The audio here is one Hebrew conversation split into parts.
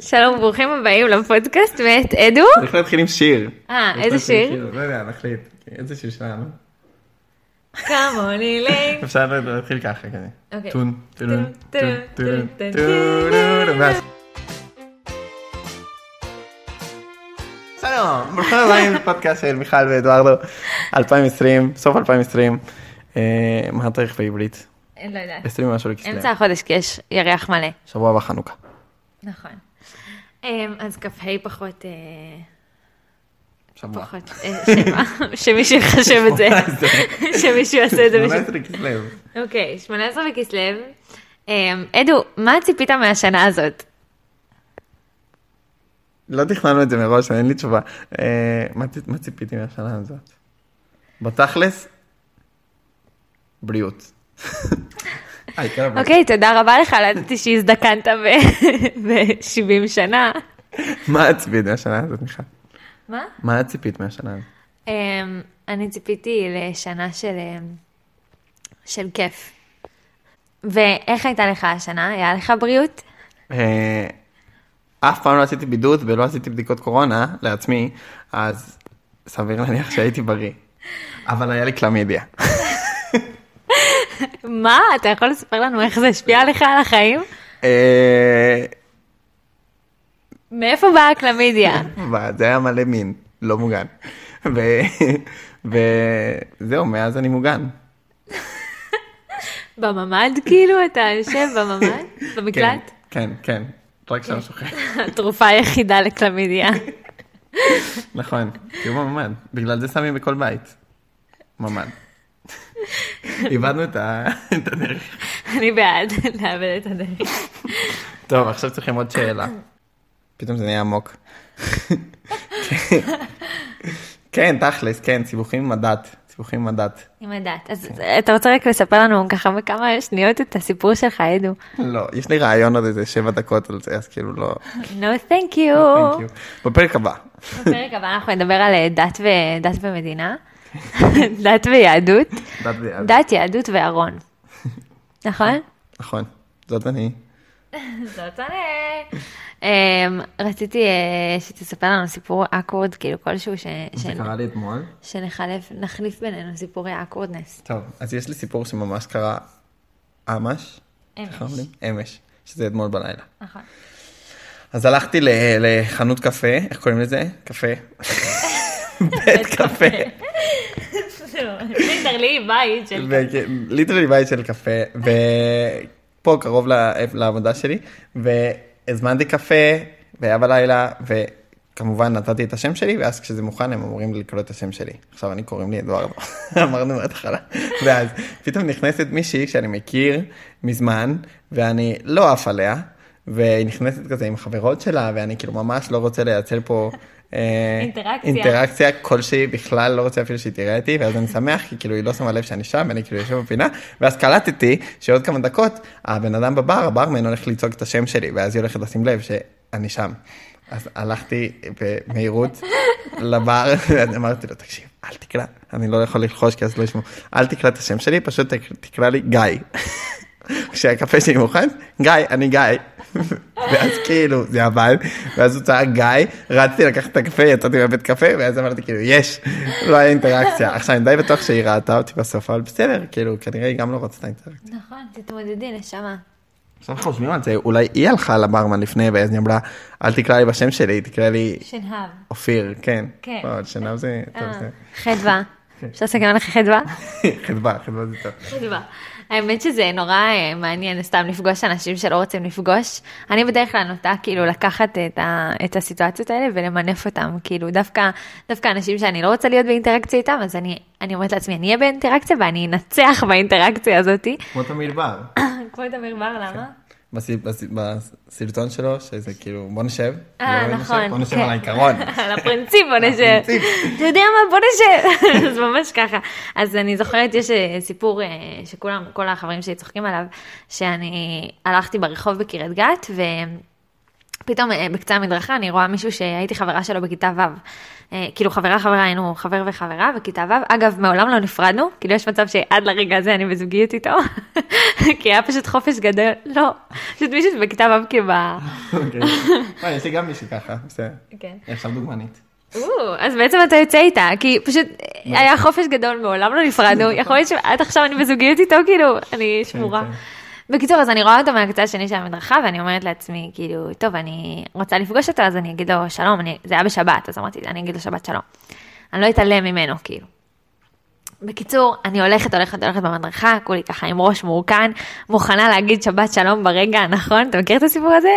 שלום, ברוכים הבאים לפודקאסט מאת אדו. צריך להתחיל עם שיר. אה, איזה שיר? לא יודע, נחליט. איזה שיר שלנו? כמוני לינק. אפשר להתחיל ככה כזה. אוקיי. טון, טון, טון, טון, טון, טון, טון, ואז- שלום, ברוכים הבאים לפודקאסט של מיכל ואדוארדו, 2020, סוף 2020. אה, מה התאריך בעברית? אני לא יודעת. 20 משהו לכסלו. אמצע החודש כי יש ירח מלא. שבוע בחנוכה. נכון. אמ, אז כ"ה פחות... אה, שבוע. פחות אה, שבע. שמישהו יחשב את זה. שמישהו יעשה את זה. בשביל- 18 כסלו. אוקיי, 18 בכסלו. אמ, אדו, מה ציפית מהשנה הזאת? לא תכננו את זה מראש, אין לי תשובה. אה, מה צ- מה ציפיתי מהשנה הזאת? בתכלס, בריאות. היי, כן, אבל- אוקיי, תודה רבה לך, לא ידעתי שהזדקנת ב-70 שנה. מה את ציפית מהשנה הזאת, מיכל? מה? מה את ציפית מהשנה הזאת? אמ, אני ציפיתי לשנה של, אמ, של כיף. ואיך הייתה לך השנה? היה לך בריאות? אה, אף פעם לא עשיתי בידוד ולא עשיתי בדיקות קורונה לעצמי, אז סביר להניח שהייתי בריא. אבל היה לי קלמידיה. מה? אתה יכול לספר לנו איך זה השפיע עליך על החיים? אה, מאיפה באה הקלמידיה? וזה היה מלא מין, לא מוגן. ו- וזהו, מאז אני מוגן. בממ"ד כאילו? אתה יושב בממ"ד? במקלט? כן, כן, כן. רק שם שוכח. התרופה היחידה לקלמידיה. נכון, תראו בממ"ד. בגלל זה שמים בכל בית. ממ"ד. איבדנו את ה- את הדרך. אני בעד לאבד את הדרך. טוב, עכשיו צריכים עוד שאלה. פתאום זה נהיה עמוק. כן, תכלס, כן, סיבוכים עם הדת. סיבוכים עם הדת. עם הדת. אז כן. אתה רוצה רק לספר לנו ככה בכמה שניות את הסיפור שלך, אדו? לא, יש לי רעיון עוד איזה שבע דקות על זה, אז כאילו לא... No, thank you. Thank you. בפרק הבא. בפרק הבא אנחנו נדבר על אה, דת, ו... דת ומדינה, דת ויהדות, דת ויהדות. דת, יהדות וארון. נכון? נכון, זאת אני. זאת אני. אמ, רציתי אה, שתספר לנו סיפור אקוורד, כאילו כלשהו, ש... ש... לי אתמול. שנחלף, נחליף בינינו סיפורי אקוורדנס. טוב, אז יש לי סיפור שממש קרה אמש. אמש. איך אומרים? אמש, שזה אתמול בלילה. נכון. אז הלכתי ל- לחנות קפה, איך קוראים לזה? קפה. בית קפה. ליטרלי בית של... כן, ליטרלי בית של קפה, ופה קרוב ל- לעבודה שלי, והזמנתי קפה, והיה בלילה, וכמובן נתתי את השם שלי, ואז כשזה מוכן הם אמורים לי לקרוא את השם שלי. עכשיו אני קוראים לי אדוארדו, אמרנו מההתחלה. ואז פתאום נכנסת מישהי שאני מכיר מזמן, ואני לא עף עליה, והיא נכנסת כזה עם חברות שלה, ואני כאילו ממש לא רוצה לייצר פה... אה, אינטראקציה. אינטראקציה כלשהי בכלל לא רוצה אפילו שהיא תראה אותי ואז אני שמח כי כאילו היא לא שמה לב שאני שם ואני כאילו יושב בפינה ואז קלטתי שעוד כמה דקות הבן אדם בבר הברמן הולך לצעוק את השם שלי ואז היא הולכת לשים לב שאני שם. אז הלכתי במהירות לבר ואז אמרתי לו תקשיב אל תקרא אני לא יכול ללחוש כי אז לא ישמעו אל תקרא את השם שלי פשוט תק- תקרא לי גיא. כשהקפה שלי מוכן, גיא, אני גיא. ואז כאילו, זה עבד, ואז הוא צעק גיא, רצתי לקחת את הקפה, יצאתי מהבית קפה, ואז אמרתי כאילו, יש, לא היה אינטראקציה. עכשיו, אני די בטוח שהיא ראתה אותי בסוף, אבל בסדר, כאילו, כנראה היא גם לא רצתה אינטראקציה. נכון, תתמודדי, נשמה. עכשיו אנחנו חושבים על זה, אולי היא הלכה לברמן לפני, ואז היא אמרה, אל תקרא לי בשם שלי, תקרא לי שנהב. אופיר, כן. כן. אה. לא, שנב זה, טוב, זה. כן. חדווה. אפשר לסכם לך חדווה? חדווה, חדווה זה טוב. מדהימה. האמת שזה נורא אה, מעניין סתם לפגוש אנשים שלא רוצים לפגוש. אני בדרך כלל נוטה כאילו לקחת את, ה, את הסיטואציות האלה ולמנף אותם. כאילו דווקא, דווקא אנשים שאני לא רוצה להיות באינטראקציה איתם, אז אני, אני אומרת לעצמי, אני אהיה באינטראקציה ואני אנצח באינטראקציה הזאתי. כמו תמיד בר. כמו תמיר בר, למה? בסי- בסי- בסרטון שלו, שזה כאילו, בוא נשב. אה, בוא נשב, נכון, בוא נשב כן. על העיקרון. על הפרינציפ בוא נשב. אתה יודע מה? בוא נשב. אז ממש ככה. אז אני זוכרת, יש אה, סיפור אה, שכולם, כל החברים שלי צוחקים עליו, שאני הלכתי ברחוב בקריית גת, ו... פתאום אה, בקצה המדרכה אני רואה מישהו שהייתי חברה שלו בכיתה ו'. אה, כאילו חברה חברה היינו חבר וחברה בכיתה ו', אגב מעולם לא נפרדנו, כאילו יש מצב שעד לרגע הזה אני בזוגיות איתו, כי היה פשוט חופש גדול, לא, פשוט מישהו שבכיתה ו' כאילו, ב- אוקיי. וואי, יש לי גם מישהי ככה, בסדר. כן. היא עכשיו דוגמנית. או, אז בעצם אתה יוצא איתה, כי פשוט היה חופש גדול, מעולם לא נפרדנו, יכול להיות שעד עכשיו אני בזוגיות איתו, כאילו, אני שמורה. נכון. כן. בקיצור, אז אני רואה אותו מהקצה השני של המדרכה, ואני אומרת לעצמי, כאילו, טוב, אני רוצה לפגוש אותו, אז אני אגיד לו שלום, אני- זה היה בשבת, אז אמרתי, אני אגיד לו שבת שלום. אני לא אתעלם ממנו, כאילו. בקיצור, אני הולכת, הולכת, הולכת במדרכה, כולי ככה עם ראש מעורקן, מוכנה להגיד שבת שלום ברגע הנכון, אתה מכיר את הסיפור הזה?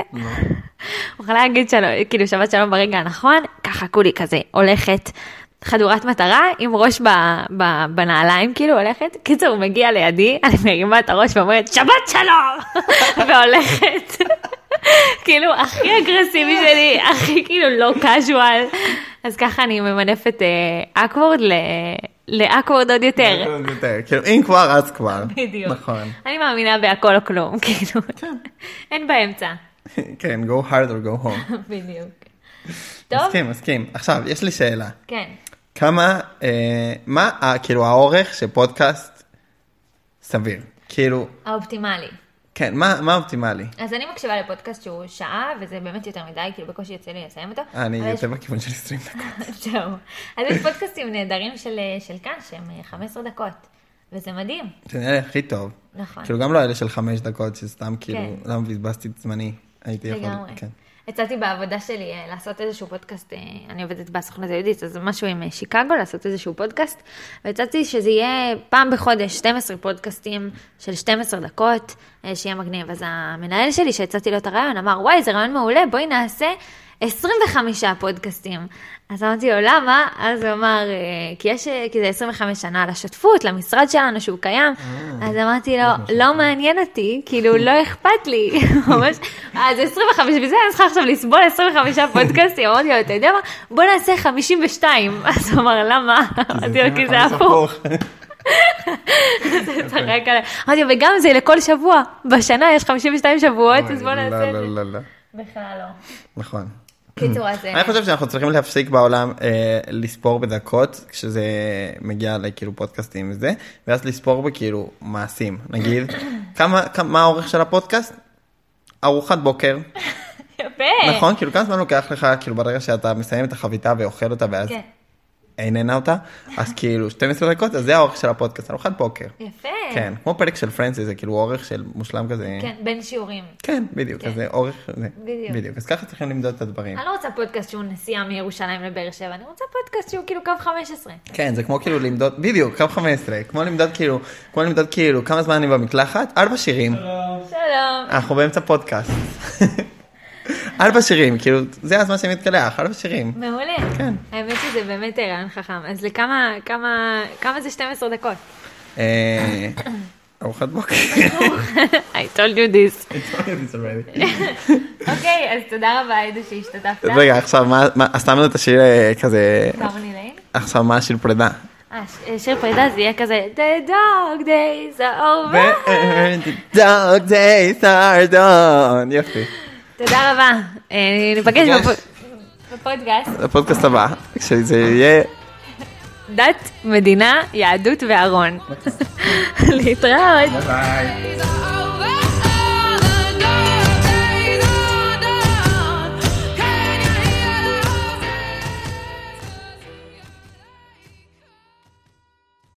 מוכנה להגיד שלום, כאילו שבת שלום ברגע הנכון, ככה כולי כזה, הולכת. חדורת מטרה עם ראש ב, ב, בנעליים כאילו הולכת, קיצור הוא מגיע לידי, אני מרימה את הראש ואומרת שבת שלום והולכת, כאילו הכי אגרסיבי שלי, הכי כאילו לא קאז'ואל, אז ככה אני ממנפת אה, אקוורד לאקוורד עוד יותר, יותר. כאילו, אם כבר, אז כבר. כן. בדיוק, נכון. אני מאמינה בהכל או כלום, כאילו, אין באמצע, כן, go hard or go home. בדיוק, טוב, מסכים, מסכים. עכשיו, יש לי שאלה. כן, כמה, אה, מה, ה- כאילו, האורך של פודקאסט סביר? כאילו, האופטימלי. כן, מה מה אופטימלי? אז אני מקשיבה לפודקאסט שהוא שעה, וזה באמת יותר מדי, כאילו בקושי יוצא לי לסיים אותו. אה, אני אבל אה, יש- יותר בכיוון של 20 דקות. זהו. אז יש פודקאסטים נהדרים של, של כאן, שהם אה, 15 דקות, וזה מדהים. זה נראה לי הכי טוב. נכון. כאילו, גם לא אלה של 5 דקות, שסתם כאילו, כן. למה בזבזתי את זמני? הייתי יכול... לגמרי. כן. יצאתי בעבודה שלי אה, לעשות איזשהו פודקאסט, אה, אני עובדת בסוכנות היהודית, אז משהו עם אה, שיקגו, לעשות איזשהו פודקאסט, והצעתי שזה יהיה פעם בחודש 12 פודקאסטים של 12 דקות, אה, שיהיה מגניב. אז המנהל שלי, שהצעתי לו את הרעיון, אמר, וואי, זה רעיון מעולה, בואי נעשה 25 פודקאסטים. אז אמרתי לו, למה? אז הוא אמר, אה, כי, יש, אה, כי זה 25 שנה לשותפות, למשרד שלנו שהוא קיים. אה. אז אמרתי לו, לא מעניין אותי, כאילו, לא אכפת לי. ממש, אז 25, וזה אני צריכה עכשיו לסבול 25 פודקאסטים. אמרתי לו, אתה יודע מה? בוא נעשה 52. אז הוא אמר, למה? אמרתי לו, אה, כי זה הפוך. זה צחק עליי. אמרתי לו, וגם זה לכל שבוע. בשנה יש 52 שבועות, אז בוא אוי, נעשה את לא, זה. לא, לא, לא. בכלל לא. נכון. קיצור, אז... אני חושב שאנחנו צריכים להפסיק בעולם אה, לספור בדקות כשזה מגיע לכאילו פודקאסטים וזה ואז לספור בכאילו מעשים נגיד כמה כמה מה האורך של הפודקאסט ארוחת בוקר יפה. נכון כאילו כמה זמן לוקח לך כאילו ברגע שאתה מסיים את החביתה ואוכל אותה ואז כן. איננה אותה אז כאילו 12 דקות אז זה האורך של הפודקאסט ארוחת בוקר יפה. כן כמו פרק של פרנסי זה כאילו אורך של מושלם כזה כן, בין שיעורים. כן בדיוק אז זה אורך זה. בדיוק. בדיוק אז ככה צריכים למדוד את הדברים. אני לא רוצה פודקאסט שהוא נסיעה מירושלים לבאר שבע, אני רוצה פודקאסט שהוא כאילו קו 15. כן, זה כמו כאילו למדוד, בדיוק, קו 15, כמו למדוד כאילו, כמו למדוד כאילו, כמה זמן אני במקלחת? ארבע שירים, שלום. אנחנו באמצע פודקאסט. ארבע שירים, כאילו, זה הזמן שאני מתקלח, ארבע שירים. מעולה. כן. האמת שזה באמת רעיון חכם. אז לכמה, כמה, כמה זה 12 דקות? אה, ארוחת בוקר. I told you this. It's already already. אוקיי, אז תודה רבה עידו שהשתתפת. רגע, עכשיו, מה, מה- אז שמנו את השיר אה, כזה, קרני לין. עכשיו מה השיר פרידה? אה, ש- שיר פרידה זה יהיה כזה The dog days are over. אה, The dog days are done, יופי. תודה רבה. אה, ניפגש ניפגש. בפו- בפודקאסט. לפודקאסט הבא, כשזה יהיה... דת, מדינה, יהדות וארון. להתראות. ביי.